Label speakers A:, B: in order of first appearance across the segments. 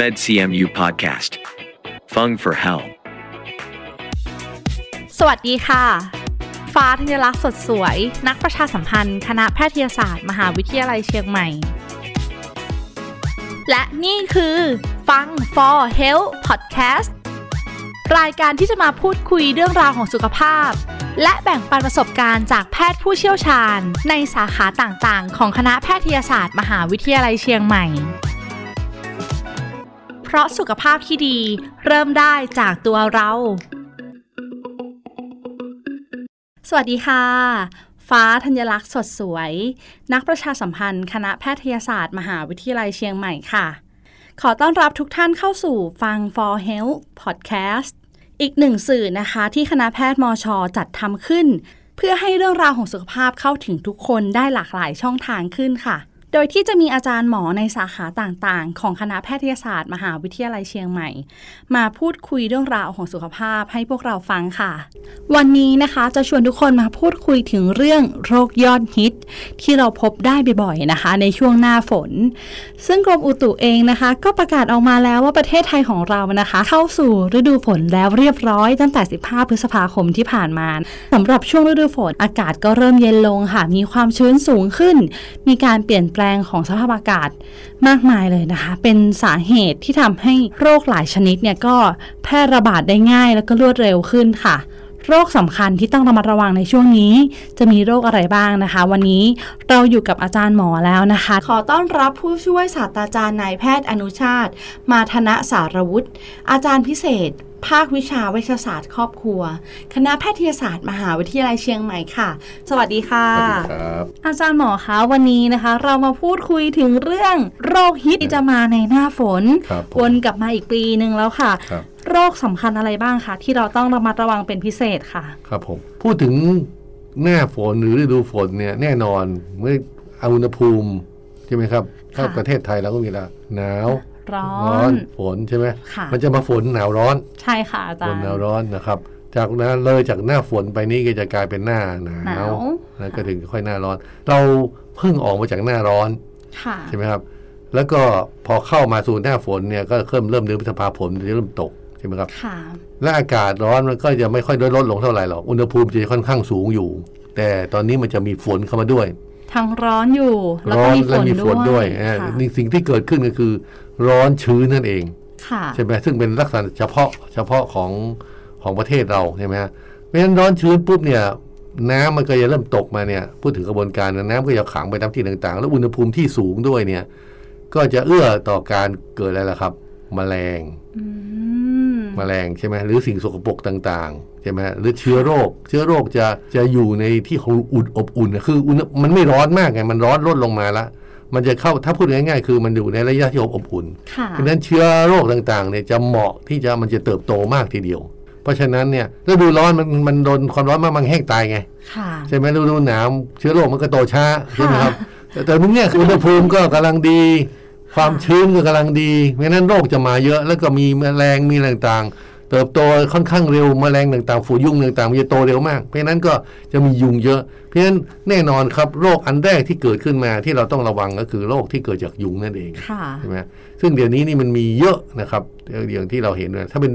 A: MedCMU Podcast. Fung for Hell.
B: สวัสดีค่ะ ฟ้าธัญลักษณ์สดสวย นักประชาสัมพันธ์ คณะแพทยศาสตร์ มหาวิทยาลัยเชียงใหม่ และนี่คือฟัง for health podcast รายการที่จะมาพูดคุยเรื่องราวของสุขภาพ และแบ่งปันประสบการณ์จากแพทย์ผู้เชี่ยวชาญ ในสาขาต่างๆ ของคณะแพทยศาสตร์ มหาวิทยาลัยเชียงใหม่ เพราะสุขภาพที่ดีเริ่มได้จากตัวเรา สวัสดีค่ะ ฟ้าธัญลักษณ์สดสวย นักประชาสัมพันธ์ คณะแพทยศาสตร์ มหาวิทยาลัยเชียงใหม่ค่ะ ขอต้อนรับทุกท่านเข้าสู่ฟัง For Health Podcast อีกหนึ่งสื่อนะคะที่คณะแพทย์มอชอจัดทำขึ้น เพื่อให้เรื่องราวของสุขภาพเข้าถึงทุกคนได้หลากหลายช่องทางขึ้นค่ะ โดยที่จะมีอาจารย์หมอในสาขาต่างๆ ของคณะแพทยศาสตร์ มหาวิทยาลัยเชียงใหม่ มาพูดคุยเรื่องราวของสุขภาพให้พวกเราฟังค่ะ วันนี้นะคะจะชวนทุกคนมาพูดคุยถึงเรื่องโรคยอดฮิต ที่เราพบได้บ่อยๆนะคะ ในช่วงหน้าฝน ซึ่งกรมอุตุเองนะคะ ก็ประกาศออกมาแล้วว่าประเทศไทยของเรานะคะ เข้าสู่ฤดูฝนแล้วเรียบร้อยตั้งแต่ 15 พฤษภาคมที่ผ่านมาสำหรับช่วงฤดูฝนอากาศก็เริ่มเย็นลงค่ะ มีความชื้นสูงขึ้น มีการเปลี่ยนแปลงของสภาพอากาศมากมายเลยนะคะ เป็นสาเหตุที่ทำให้โรคหลายชนิดเนี่ยก็แพร่ระบาดได้ง่ายแล้วก็รวดเร็วขึ้นค่ะ โรคสำคัญที่ต้องระมัดระวังในช่วงนี้ จะมีโรคอะไรบ้างนะคะ วันนี้เราอยู่กับอาจารย์หมอแล้วนะคะ ขอต้อนรับผู้ช่วยศาสตราจารย์นายแพทย์อนุชาติ มาธนะสารวุฒิอาจารย์พิเศษ ภาควิชาเวชศาสตร์ครอบครัว คณะแพทยศาสตร์ มหาวิทยาลัยเชียงใหม่ค่ะ สวัสดีค่ะ
C: สวัสดีครับ
B: อาจารย์หมอคะวันนี้นะคะ เรามาพูดคุยถึงเรื่องโรคฮิตที่จะมาในหน้าฝน
C: ครับผ
B: ว
C: ม
B: นกลับมาอีกปีหนึ่งแล้วค่ะ
C: ครับ
B: โรคสำคัญอะไรบ้างคะที่เราต้องระมัดระวังเป็นพิเศษค่ะ
C: ครับผมพูดถึงหน้าฝนหรือฤดูฝนเนี่ยแน่นอนเมื่อเอาอุณหภูมิใช่ไหมครับถ้า
B: ค่ะ
C: ประเทศไทยเราก็มีละหนาว
B: ร้อน
C: ฝนใช่ไหม
B: ค่ะ
C: มันจะมาฝนหนาวร้อน
B: ใช่ค่ะอา
C: ฝ
B: จาร
C: น
B: ย์
C: หนาวร้อนนะครับ จากนั้นเลยจากหน้าฝนไปนี่ก็จะกลายเป็นหน้าหนา
B: หนาว ว
C: แล้วก็ถึงค่อยหน้าร้อน เราเพิ่งออกมาจากหน้าร้อน
B: ค่ะ
C: ใช่ไหมครับ แล้วก็พอเข้ามาสู่หน้าฝนเนี่ยก็เริ่มเริ่มเดือนพฤษภาคมจะเริ่มตกใช่ไหมครับ
B: ค่ะ
C: และอากาศร้อนมันก็จะไม่ค่อยลดลดลงเท่าไหร่หรอก อุณหภูมิจะค่อนข้างสูงอยู่ แต่ตอนนี้มันจะมีฝนเข้ามาด้วย
B: ทั้งร้อนอยู่ แล้ว
C: ร้
B: ก็มีฝ
C: อนและ
B: น
C: มีฝน
B: ด้
C: ด้
B: ว
C: วย ยเออ
B: ค่ะ
C: นี่สิ่งที่เกิดขึ้นก็คือ ร้อนชื้นนั่นเอง
B: ค่ะ
C: ใช่ไหมซึ่งเป็นลักษณะเฉพาะเฉพาะของของประเทศเราใช่ไหมฮะเพราะฉะนั้นร้อนชื้นปุ๊บเนี่ยน้ำมันก็จะเริ่มตกมาเนี่ยพูดถึงกระบวนการนะน้ำก็จะขังไปตามที่ต่างๆ แล้วอุณหภูมิที่สูงด้วยเนี่ยก็จะเอื้อต่อการเกิดอะไรล่ะครับ แมลง
B: อืม
C: แมลงใช่ไหมหรือสิ่งสกปรกต่างๆใช่ไหมหรือเชื้อโรค เชื้อโรคจะจะอยู่ในที่ของอุดอบอุ่นนะคืออุณหมันไม่ร้อนมากไงมันร้อนลดลงมาละมันจะเข้าถ้าพูดง่ายๆ คือมันอยู่ในระยะที่อบอบอุ่น
B: ค่ะ
C: เพราะฉะนั้นเชื้อโรคต่างๆเนี่ยจะเหมาะที่จะมันจะเติบโตมากทีเดียว เพราะฉะนั้นเนี่ยฤดูร้อนมันมันโดนความร้อนมากมันแห้งตายไง
B: ค่ะ
C: ใช่ไหมฤดูหนาวเชื้อโรคมันก็โตช้าใช่ไหม
B: ค่ะ
C: ครับแต่แต่มึงเนี่ยคืออุณหภูมิก็กำลังดี ความ
B: ค่ะ
C: ชื้นก็กำลังดีเพราะฉะนั้นโรคจะมาเยอะแล้วก็มีแมลงมีอะไรต่างๆ เติบโตค่อนข้างเร็วแมลงต่างๆ ฝูยุงต่างๆมันจะโตเร็วมาก เพราะฉะนั้นก็จะมียุงเยอะ เพราะฉะนั้นแน่นอนครับโรคอันแรกที่เกิดขึ้นมาที่เราต้องระวังก็คือโรคที่เกิดจากยุงนั่นเอง
B: ค่ะ
C: ใช่ไหมซึ่งเดี๋ยวนี้นี่มันมีเยอะนะครับอย่างที่เราเห็นเนี่ยถ้าเป็น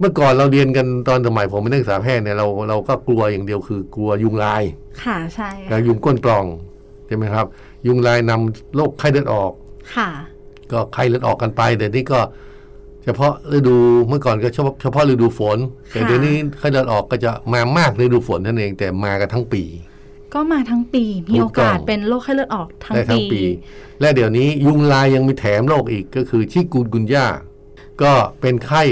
C: เมื่อก่อนเราเรียนกันตอนสมัยผมเป็นนักศึกษาแพทย์เนี่ยเราเราก็กลัวอย่างเดียวคือกลัวยุงลาย
B: ค่ะ ใช่
C: แล้วยุงก้นปล่องใช่ไหมครับ ยุงลายนำโรคไข้เลือดออก
B: ค่ะ
C: ก็ไข้เลือดออกกันไปแต่นี่ก็ เฉพาะฤดูเมื่อก่อนก็เฉพาะเฉพาะฤดูฝน แต่
B: ค่ะ
C: เดี๋ยวนี้ไข้เลือดออกก็จะมามากในฤดูฝนนั่นเอง แต่มากันทั้งปี
B: ก็มาทั้งปี มี
C: ถู
B: โอก
C: ต้อง
B: กาสเป็นโรคไข้เลือดออกทั้ง
C: ได้ทั้
B: ปี
C: งปี และเดี๋ยวนี้ยุงลายยังมีแถมโรคอีกก็คือชิกูนกุนย่าก็เป็นไข้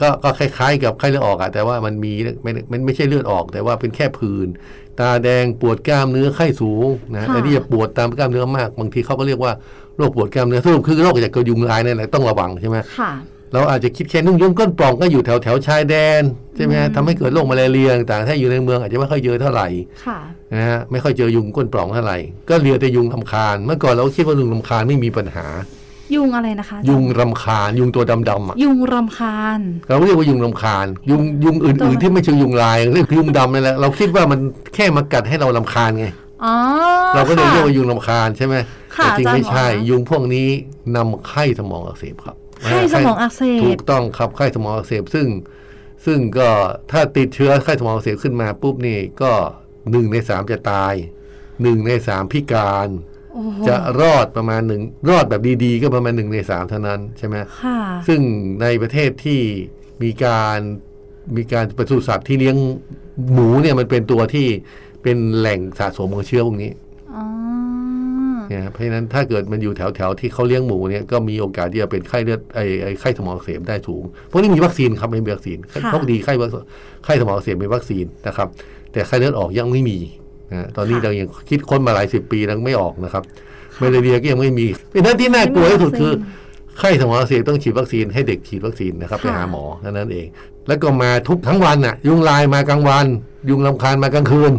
C: ก็ก็คล้ายๆ กับไข้เลือดออกอะแต่ว่ามันมีไม่มันไม่ใช่เลือดออก แต่ว่าเป็นแค่ผื่นตาแดงปวดกล้ามเนื้อไข้สูงนะ
B: ค่ะ
C: แต่นี่จะปวดตามกล้ามเนื้อมากบางทีเขาก็เรียกว่าโรคปวดกล้ามเนื้อสรุปคือโรคจากกระยุงลายนั่นแหละต้องระวังใช่ไหม
B: ค่ะ
C: เราอาจจะคิดแค่นุ่งยุ่งก้นปล่องก็อยู่แถวแถวชายแดนใช่ไหมฮะทำให้เกิดโรคมาลาเรียต่างๆถ้าอยู่ในเมืองอาจจะไม่ค่อยเจอเท่าไหร่
B: ค่ะ
C: นะฮะไม่ค่อยเจอยุงก้นปล่องเท่าไหร่ก็เหลือแต่ยุงรำคาญ เมื่อก่อนเราคิดว่ายุงรำคาญไม่มีปัญหา
B: ยุงอะไรนะคะอาจาร
C: ยุงรำคาญ ยุงตัวดำๆอ่ะ
B: ยุงรำคาญ
C: เราเรียกว่ายุงรำคาญ ยุงยุงอื่นๆที่ไม่ใช่ยุงลายเรียกยุงดำนี่แหละเราคิดว่ามันแค่มากัดให้เรารำคาญไง
B: อ๋อ
C: เราก็เลย
B: ค่ะ
C: เรียกว่ายุงรำคาญใช่ไหม
B: ค่ะ
C: แต่จริงไม่
B: อาจา
C: ใช่
B: รย์หมอ
C: ยุงพวกนี้นำไข้สมองอักเสบครับ
B: ไข้สมองอักเส
C: ถู
B: บ
C: กต้องครับไข้สมองอักเสบซึ่ง ซึ่งก็ถ้าติดเชื้อไข้สมองอักเสบขึ้นมาปุ๊บนี่ก็หนึ่งในสามจะตายหนึ่งในสามพิการ
B: โอ้โห
C: จะรอดประมาณหนึ่งรอดแบบดีๆ ก็ประมาณหนึ่งในสามเท่านั้นใช่ไหม
B: ค่ะ
C: ซึ่งในประเทศที่มีการมีการปศุสัตว์ที่เลี้ยงหมูเนี่ยมันเป็นตัวที่เป็นแหล่งสะสมของเชื้อพวกนี้
B: อ๋อ
C: เนี่ยเพราะฉะนั้นถ้าเกิดมันอยู่แถวๆที่เขาเลี้ยงหมูเนี่ยก็มีโอกาสที่จะเป็นไข้เลือดไอไอ้ไข้สมองอักเสบได้สูงพวกนี้มีวัคซีนครับไม่มีวัคซีน
B: ค่ะ
C: โชคดีไข้วัคไข้สมองอักเสบมีวัคซีนนะครับ แต่ไข้เลือดออกยังไม่มีนะตอนนี้เรายังคิดค้นมาหลายสิบปีแล้วไม่ออกนะครับ มาเลเรียก็ยังไม่มีเพราะฉะนั้นที่น่ากลัวที่สุดคือ ไข้สมองอักเสบต้องฉีดวัคซีนให้เด็กฉีดวัคซีนนะครับ
B: ค่ะ
C: ไปหาหมอเท่านั้นเอง แล้วก็มาทุกทั้งวันน่ะ ยุงลายมากลางวัน ยุงลำคาญมากลางคืน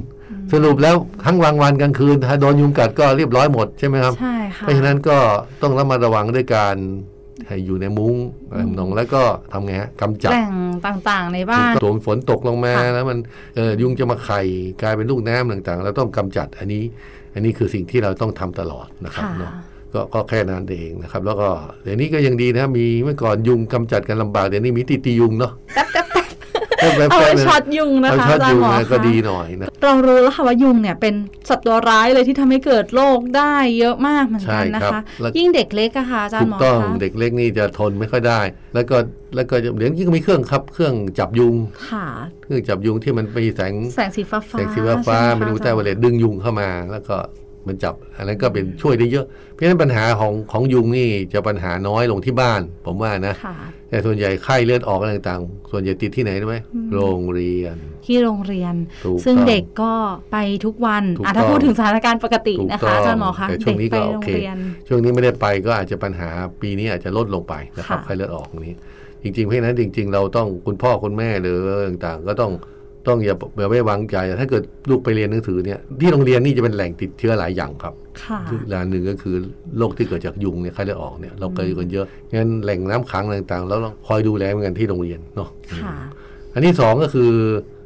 C: สรุปแล้วทั้งวันวันกลางคืน ถ้าโดนยุงกัดก็เรียบร้อยหมดใช่ไหมครับ
B: ใช่ค่ะ
C: เพราะฉะนั้นก็ต้องระมัดระวังด้วยการให้อยู่ในมุ้งอะไรทำนองแล้วก็ทำไงฮะกำจัด
B: แหล่งต่างๆในบ้าน
C: ตัวฝนตกลงมา
B: ค่ะ
C: แล้วมันเอ่อยุงจะมาไข่กลายเป็นลูกน้ำต่างๆ เราต้องกำจัดอันนี้ อันนี้คือสิ่งที่เราต้องทำตลอดนะครับ
B: ค่ะ
C: เนาะ ก็ก็แค่นั้นเองนะครับ แล้วก็เดี๋ยวนี้ก็ยังดีนะมีเมื่อก่อนยุงกำจัดกันลำบากเดี๋ยวนี้มีตีตียุงเนาะ
B: แป๊บแป๊บแป๊บ
C: เอาไว้
B: เอาไว้ช็อตยุงนะคะ
C: ช็อต
B: อาจาร
C: ยุ
B: ย์
C: ง
B: หมอ
C: นะก็
B: คะ
C: ดีหน่อยนะ
B: เรารู้แล้วค่ะว่ายุงเนี่ยเป็นสัตว์ตัวร้ายเลยที่ทำให้เกิดโรคได้เยอะมากเหมือน
C: ใช่
B: กันนะครับ คะ
C: แล้ว
B: ยิ่งเด็กเล็กอะค่ะอาจาร
C: ถู
B: ย์ห
C: ก
B: มอ
C: ต้อง
B: คะ
C: เด็กเล็กนี่จะทนไม่ค่อยได้ แล้วก็แล้วก็เดี๋ยวนี้ก็มีเครื่องครับเครื่องจับยุง
B: ค่ะ
C: เครื่องจับยุงที่มันมีแสง
B: แสงสีฟ้าๆ
C: แสงสีฟ้าฟ้า
B: ใช่ไห
C: มันดู
B: คะ
C: ใต้วอลเลตดึงยุงเข้ามา แล้วก็มันจับอันนั้นก็เป็นช่วยได้เยอะ เพราะฉะนั้นปัญหาของของยุงนี่จะปัญหาน้อยลงที่บ้าน ผมว่านะ
B: ค่ะ
C: แต่ส่วนใหญ่ไข้เลือดออกอะไรต่างๆ ส่วนใหญ่ติดที่ไหนรู้ไหม
B: อืม
C: โรงเรียน
B: ที่โรงเรียน
C: ถู
B: ซึ่ง
C: ต้อง
B: เด็กก็ไปทุกวัน
C: ถูก
B: อ่ะถ้า
C: ต้อง
B: พูดถึงสถานการณ์ปกติ
C: ถูก
B: นะ
C: ต้
B: คะ
C: อง
B: อาจารย์หมอคะ
C: แต่ช่
B: เด็
C: ว
B: ก
C: งนี้
B: ไป
C: ก็
B: โร
C: โองเค
B: เรียน
C: ช่วงนี้ไม่ได้ไปก็อาจจะปัญหาปีนี้อาจจะลดลงไปนะครับ
B: ค่ะ
C: ไข้เลือดออกตรงนี้ จริงๆเพราะฉะนั้นจริง ๆ เราต้องคุณพ่อคุณแม่หรือต่างๆ ก็ต้องต้องอย่าอย่าไว้วางใจ ถ้าเกิดลูกไปเรียนหนังสือเนี่ยที่โรงเรียนนี่จะเป็นแหล่งติดเชื้อหลายอย่างครับ
B: ค่ะ
C: หลายหนึ่งก็คือโรคที่เกิดจากยุงเนี่ยไข้เลือดออกเนี่ยเราเคยกันเยอะงั้นแหล่งน้ำขังอะไรต่างๆแล้วเราคอยดูแลเหมือนกันที่โรงเรียนเนาะ
B: ค่ะ
C: อันที่สองก็คือ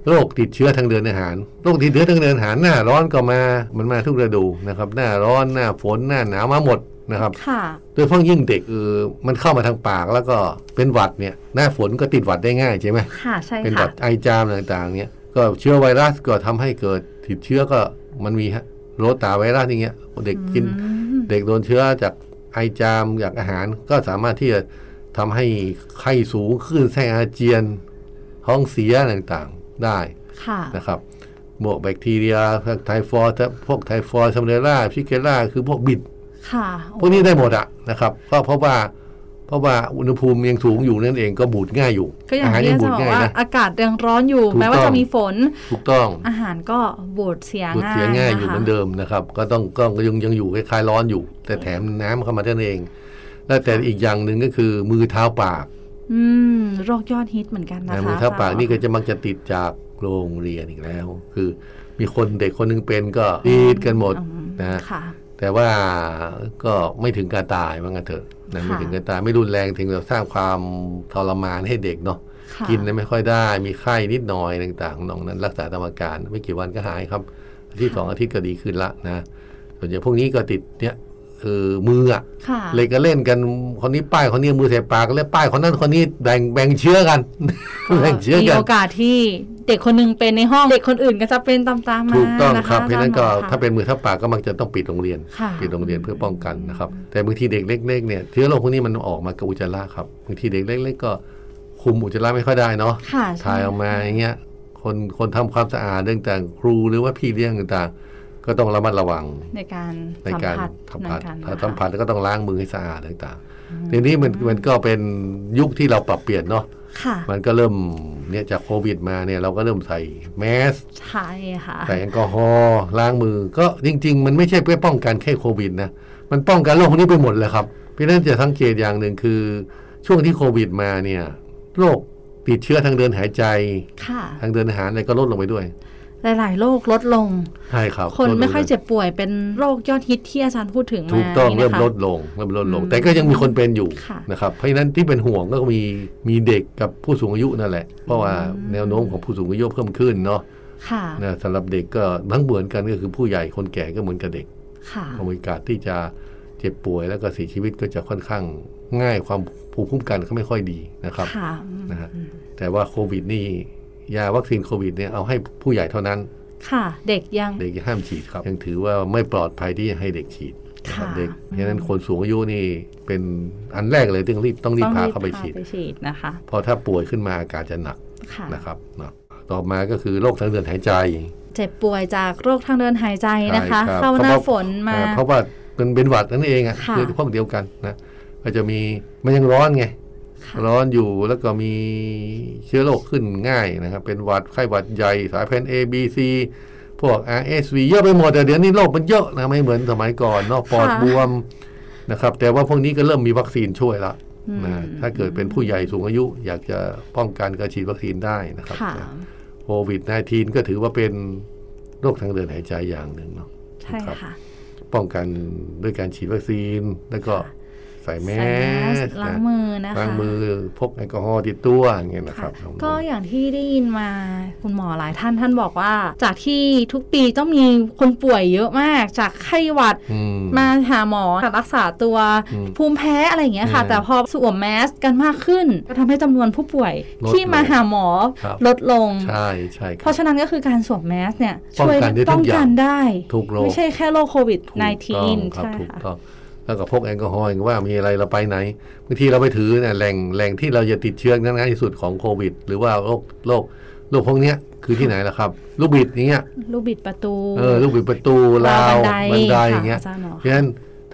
C: โรคติดเชื้อทางเดินอาหาร โรคติดเชื้อทางเดินอาหารหน้าร้อนก็มา มันมาทุกฤดูนะครับ หน้าร้อนหน้าฝนหน้าหนาวมาหมดนะครับ
B: ค่ะ
C: โดยเฉพาะยิ่งเด็กเออมันเข้ามาทางปากแล้วก็เป็นหวัดเนี่ย หน้าฝนก็ติดหวัดได้ง่ายใช่ไหม
B: ค่ะ ใช่
C: เป็นห
B: ค่ะ
C: วัดไอจามต่างๆเนี่ย ก็เชื้อไวรัสก็ทำให้เกิดติดเชื้อก็มันมีฮะโรตาไวรัสอย่างเงี้ย เด็กกิน
B: อืม
C: เด็กโดนเชื้อจากไอจามจากอาหารก็สามารถที่จะทำให้ไข้สูงขึ้นแสงอาเจียนท้องเสียอะไรต่างๆได้
B: ค่ะ
C: นะครับพวกแบคทีเรียพวกไทฟอยด์พวกไทฟอยด์ซัมเดล่าพิเกล่าคือพวกบิด
B: ค่ะ
C: พวกนี้ได้หมดอะนะครับก็เพราะว่าเพราะว่าอุณหภูมิยังสูงอยู่นั่นเองก็บูดง่ายอยู่
B: ก็อย่าง
C: หาร
B: ที่
C: ยัง
B: อา
C: บู
B: จารย์
C: ด
B: บอก
C: ง่าย
B: ว่า
C: นะ
B: อากาศยังร้อนอยู่
C: ถูก
B: แม้ว่า
C: ต้
B: จะ
C: อง
B: มีฝน
C: ถูกต้อง
B: อาหารก็บูดเสีย
C: บูด
B: ง่าย
C: เสียง่ายอยู่
B: ะคะ
C: เหมือนเดิมนะครับ ก็ต้องก็ยังยังอยู่คล้ายๆร้อนอยู่ แต่แถมน้ำเข้ามาเท่านั้นเอง และแต่อีกอย่างหนึ่งก็คือมือเท้าปาก
B: อืม โรคยอดฮิตเหมือนกันนะคะ
C: มือเท้าปากนี่ก็
B: อจรย์
C: จะมักจะติดจากโรงเรียนอีกแล้ว คือมีคนเด็กคนหนึงเป็นก็ติดกันหมด
B: อืม
C: นะ
B: ค่ะ
C: แต่ว่าก็ไม่ถึงการตายว่างั้นเถอะนะไม่
B: ค่ะ
C: ถึงการตายไม่รุนแรงถึงกับสร้างความทรมานให้เด็กเนาะ
B: ค่ะ
C: กินไม่ค่อยได้ มีไข้นิดหน่อยต่างๆน้องนั้น รักษาตามอาการไม่กี่วันก็หายครับอาทิตย์สองอาทิตย์ก็ดีขึ้นละนะส่วนใหญ่พวกนี้ก็ติดเนี่ยเออมืออะ
B: ค่ะ
C: เลยก็เล่นกันคนนี้ป้ายคนนี้มือใส่ปากแล้วป้ายคนนั้นคนนี้แบ่งแบ่งเชื้อกัน แบ่งเชื้อ
B: มี
C: กัน
B: โอกาสที่เด็กคนหนึงเป็นในห้อง เด็กคนอื่นก็จะเป็นตามๆมา
C: ถูกต้อง
B: นะคะ
C: ครับเพราะฉะนั้นก็
B: อจย์หมอคะ
C: ถ้าเป็นมือเท้าปากก็มักจะต้องปิดโรงเรียน
B: ค่ะ
C: ปิดโรงเรียนเพื่อป้องกันนะครับ แต่บางทีเด็กเล็กๆเนี่ยเชื้อโรคพวกนี้มันออกมากับอุจจาระครับบางทีเด็กเล็ก ๆ ก็คุมอุจจาระไม่ค่อยได้เนาะ
B: ค่ะ
C: ถ่ายออกมาอย่างเงี้ยคนคนทำความสะอาดเรื่องต่างครูหรือว่าพี่เลี้ยงต่างๆ ก็ต้องระมัดระวัง
B: ในการ
C: ในการ
B: สั
C: สั
B: ม
C: ม
B: ผั
C: ผั
B: ส
C: ส
B: ในการ
C: สัมผัสแล้วก็ต้องล้างมือให้สะอาดต่าง
B: อืม
C: ๆเดี๋ยวนี้มันมันก็เป็นยุคที่เราปรับเปลี่ยนเนาะ
B: ค่ะ
C: มันก็เริ่มเนี่ยจากโควิดมาเนี่ยเราก็เริ่มใส่แมส
B: ใช่ค่ะ
C: ใส่แอลกอฮอล์ล้างมือก็จริง ๆ มันไม่ใช่เพื่อป้องกันแค่โควิดนะ มันป้องกันโรคพวกนี้ไปหมดเลยครับเพราะฉะนั้นจะสังเกตอย่างหนึ่งคือ ช่วงที่โควิดมาเนี่ยโรคติดเชื้อทางเดินหายใจ
B: ค่ะ
C: ทางเดินอาหารอะไรก็ลดลงไปด้วย
B: หลาย ๆ โรคลดลง
C: ใช่ครับ
B: คนไม่ค่อย
C: ลดลง
B: เจ็บป่วยเป็นโรคยอดฮิตที่อาจารย์พูดถึงมา
C: ถูกต้อง
B: นี่
C: เริ่ม
B: นะคะ
C: ลดลงเริ่มลดลง
B: อืม
C: แต่ก็ยังมีคนเป็นอยู่
B: ค่ะ
C: นะครับเพราะฉะนั้นที่เป็นห่วงก็มีมีเด็กกับผู้สูงอายุนั่นแหละ เพราะว่า
B: อืม
C: แนวโน้มของผู้สูงอายุเพิ่มขึ้นเนาะ
B: ค่ะ
C: นะสำหรับเด็กก็ทั้งเหมือนกันก็คือผู้ใหญ่คนแก่ก็เหมือนกับเด็ก
B: ค่ะ
C: โอกาสที่จะเ จ็บป่วยแล้วก็เสียชีวิตก็จะค่อนข้างง่ายความภูมิคุ้มกันก็ไม่ค่อยดีนะครับ
B: ค่ะอืม
C: นะฮะ แต่ว่าโควิดนี่ยาวัคซีนโควิดเนี่ยเอาให้ผู้ใหญ่เท่านั้น
B: ค่ะ เด็กยัง
C: เด็กห้ามฉีดครับ ยังถือว่าไม่ปลอดภัยที่จะให้เด็กฉีดนะครับ
B: ค่ะ
C: เด็กเพราะฉะนั้นคนสูงอายุนี่เป็นอันแรกเลยที่ต้องรีบต้องรีบพาเข้าไป
B: พ
C: ฉีด
B: ไปฉีดนะคะ
C: เพราะถ้าป่วยขึ้นมาอาการจะหนัก
B: ค่ะ
C: นะครับเนาะต่อมาก็คือโรคทางเดินหายใจ
B: เจ็บป่วยจากโรคทางเดินหายใจนะคะ
C: ใช่รับ
B: เข้าหน้า
C: พระว่
B: ฝนมา
C: อ่เพราะว่ามันเป็นหวัดนั่นเองอ่ะ
B: ค่ะ
C: คือพวกเดียวกันนะก็จะมีมันยังร้อนไง
B: ค่ะ
C: ร้อนอยู่แล้วก็มีเชื้อโรคขึ้นง่ายนะครับ เป็นหวัดไข้หวัดใหญ่สายพันธุ์ A B C พวก RSV เยอะไปหมดแต่เดี๋ยวนี้โรคมันเยอะนะไม่เหมือนสมัยก่อนเนอะปอดบวมนะครับ แต่ว่าพวกนี้ก็เริ่มมีวัคซีนช่วยละนะถ้าเกิดเป็นผู้ใหญ่สูงอายุ อยากจะป้องกันก็ฉีดวัคซีนได้นะครับ
B: ค่ะ
C: โควิด -19 ก็ถือว่าเป็นโรคทางเดินหายใจอย่างหนึ่งเนาะ
B: ใช่ค่ะ
C: ป้องกันด้วยการฉีดวัคซีน แล้วก็ใส่แม
B: ใส่แม
C: ส
B: ส
C: ก์
B: ล้าง
C: นะ
B: มือนะคะ
C: ล้างมือพกแอลกอฮอล์ติดตัวอย่างเงี้ยนะค
B: ค่ะ
C: รับ
B: ก็อย่างที่ได้ยินมาคุณหมอหลายท่านท่านบอกว่า จากที่ทุกปีต้องมีคนป่วยเยอะมาก จากไข้หวัด
C: อืม
B: มาหาหมอรักษาตัว
C: อืม
B: ภูมิแพ้อะไรอย่างเงี้ยค่ะ
C: อืม
B: แต่พอสวมแมสกันมากขึ้น ก็ทำให้จำนวนผู้ป่วย
C: ลด
B: ที่มา
C: ลง
B: หาหมอ
C: ครับ
B: ลดลง
C: ใช่ใช่ค
B: เพ
C: รับ
B: ราะฉะนั้นก็คือการสวมแมสเนี่ยช่วย
C: ป้องกันได้ทุก
B: ป้องกันได้
C: อย่างถูกโรค
B: ไม่ใช่แค่โรคโควิด
C: ถูกต้อง
B: -19
C: ครับ
B: ใช่
C: ถูก
B: ค่ะ
C: ต้องแล้วก็พกแอลกอฮอล์อย่างว่ามีอะไรเราไปไหนบางทีเราไปถือเนี่ยแหล่งแหล่งที่เราจะติดเชื้อนั้นนะที่สุดของโควิด หรือว่าโรคโรคโรคพวกเนี้ยคือที่ไหนล่ะครับ ลูกบิดอย่างเงี้ย
B: ลูกบิดประตู
C: เออลูกบิดประตูราวบันไดอย่างเงี้ย
B: ค่ะอาจารย์หมอ
C: เพราะฉะนั้น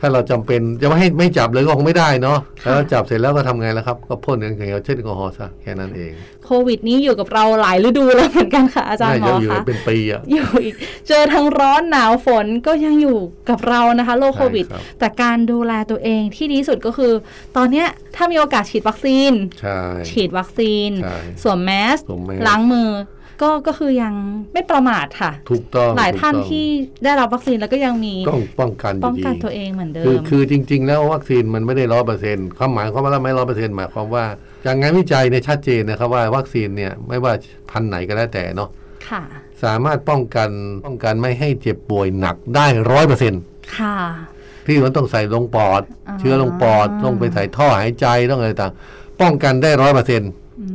C: ถ้าเราจำเป็นจะไม่ให้ไม่จับเลยก็คงไม่ได้เนาะแล้วจับเสร็จแล้วก็ทำไงล่ะครับ ก็พ่นอย่างเดียวเช่นแอลกอฮอล์ซะแค่นั้นเอง
B: โควิดนี้อยู่กับเราหลายฤดูแล้วเหมือนกันค่ะอาจารย์หม
C: น่
B: อ
C: จะอยู่
B: คะ
C: เป็นปีอ่ะ
B: อยู่อีกเจอทั้งร้อนหนาวฝนก็ยังอยู่กับเรานะคะโรคโควิด
C: ใช่ครับ
B: แต่การดูแลตัวเองที่ดีที่สุดก็คือ ตอนเนี้ยถ้ามีโอกาสฉีดวัคซีน
C: ใช่
B: ฉีดวัคซีน
C: ใช่
B: สวมแมส
C: สวมแมส
B: ล้างมือ ก็ก็คือยังไม่ประมาทค่ะ
C: ถูกต้อง
B: หลายท่าน
C: ถูกต้อง
B: ที่ได้รับวัคซีนแล้วก็ยังมี
C: ต้องป้องกันอ
B: ป้อง
C: ยู่ดี
B: กันตัวเองเหมือนเดิ
C: คือ
B: ม
C: คือจริง ๆ แล้ววัคซีนมันไม่ได้ร้อยเปอร์เซ็นต์ความหมายความว่าไม่ร้อยเปอร์เซ็นต์หมายความว่าจากงานวิจัยเนี่ยชัดเจนนะครับว่าวัคซีนเนี่ยไม่ว่าพันธุ์ไหนก็แล้วแต่เนาะ
B: ค่ะ
C: สามารถป้องกันป้องกันไม่ให้เจ็บป่วยหนักได้ร้อยเปอร์เซ็นต์
B: ค่ะ
C: ที่มันต้องใส่ลงปอด
B: อ่า
C: เชื้อลงปอดต้องไปใส่ท่อหายใจต้องอะไรต่างป้องกันได้ร้อยเปอร์เซ็นต์
B: อื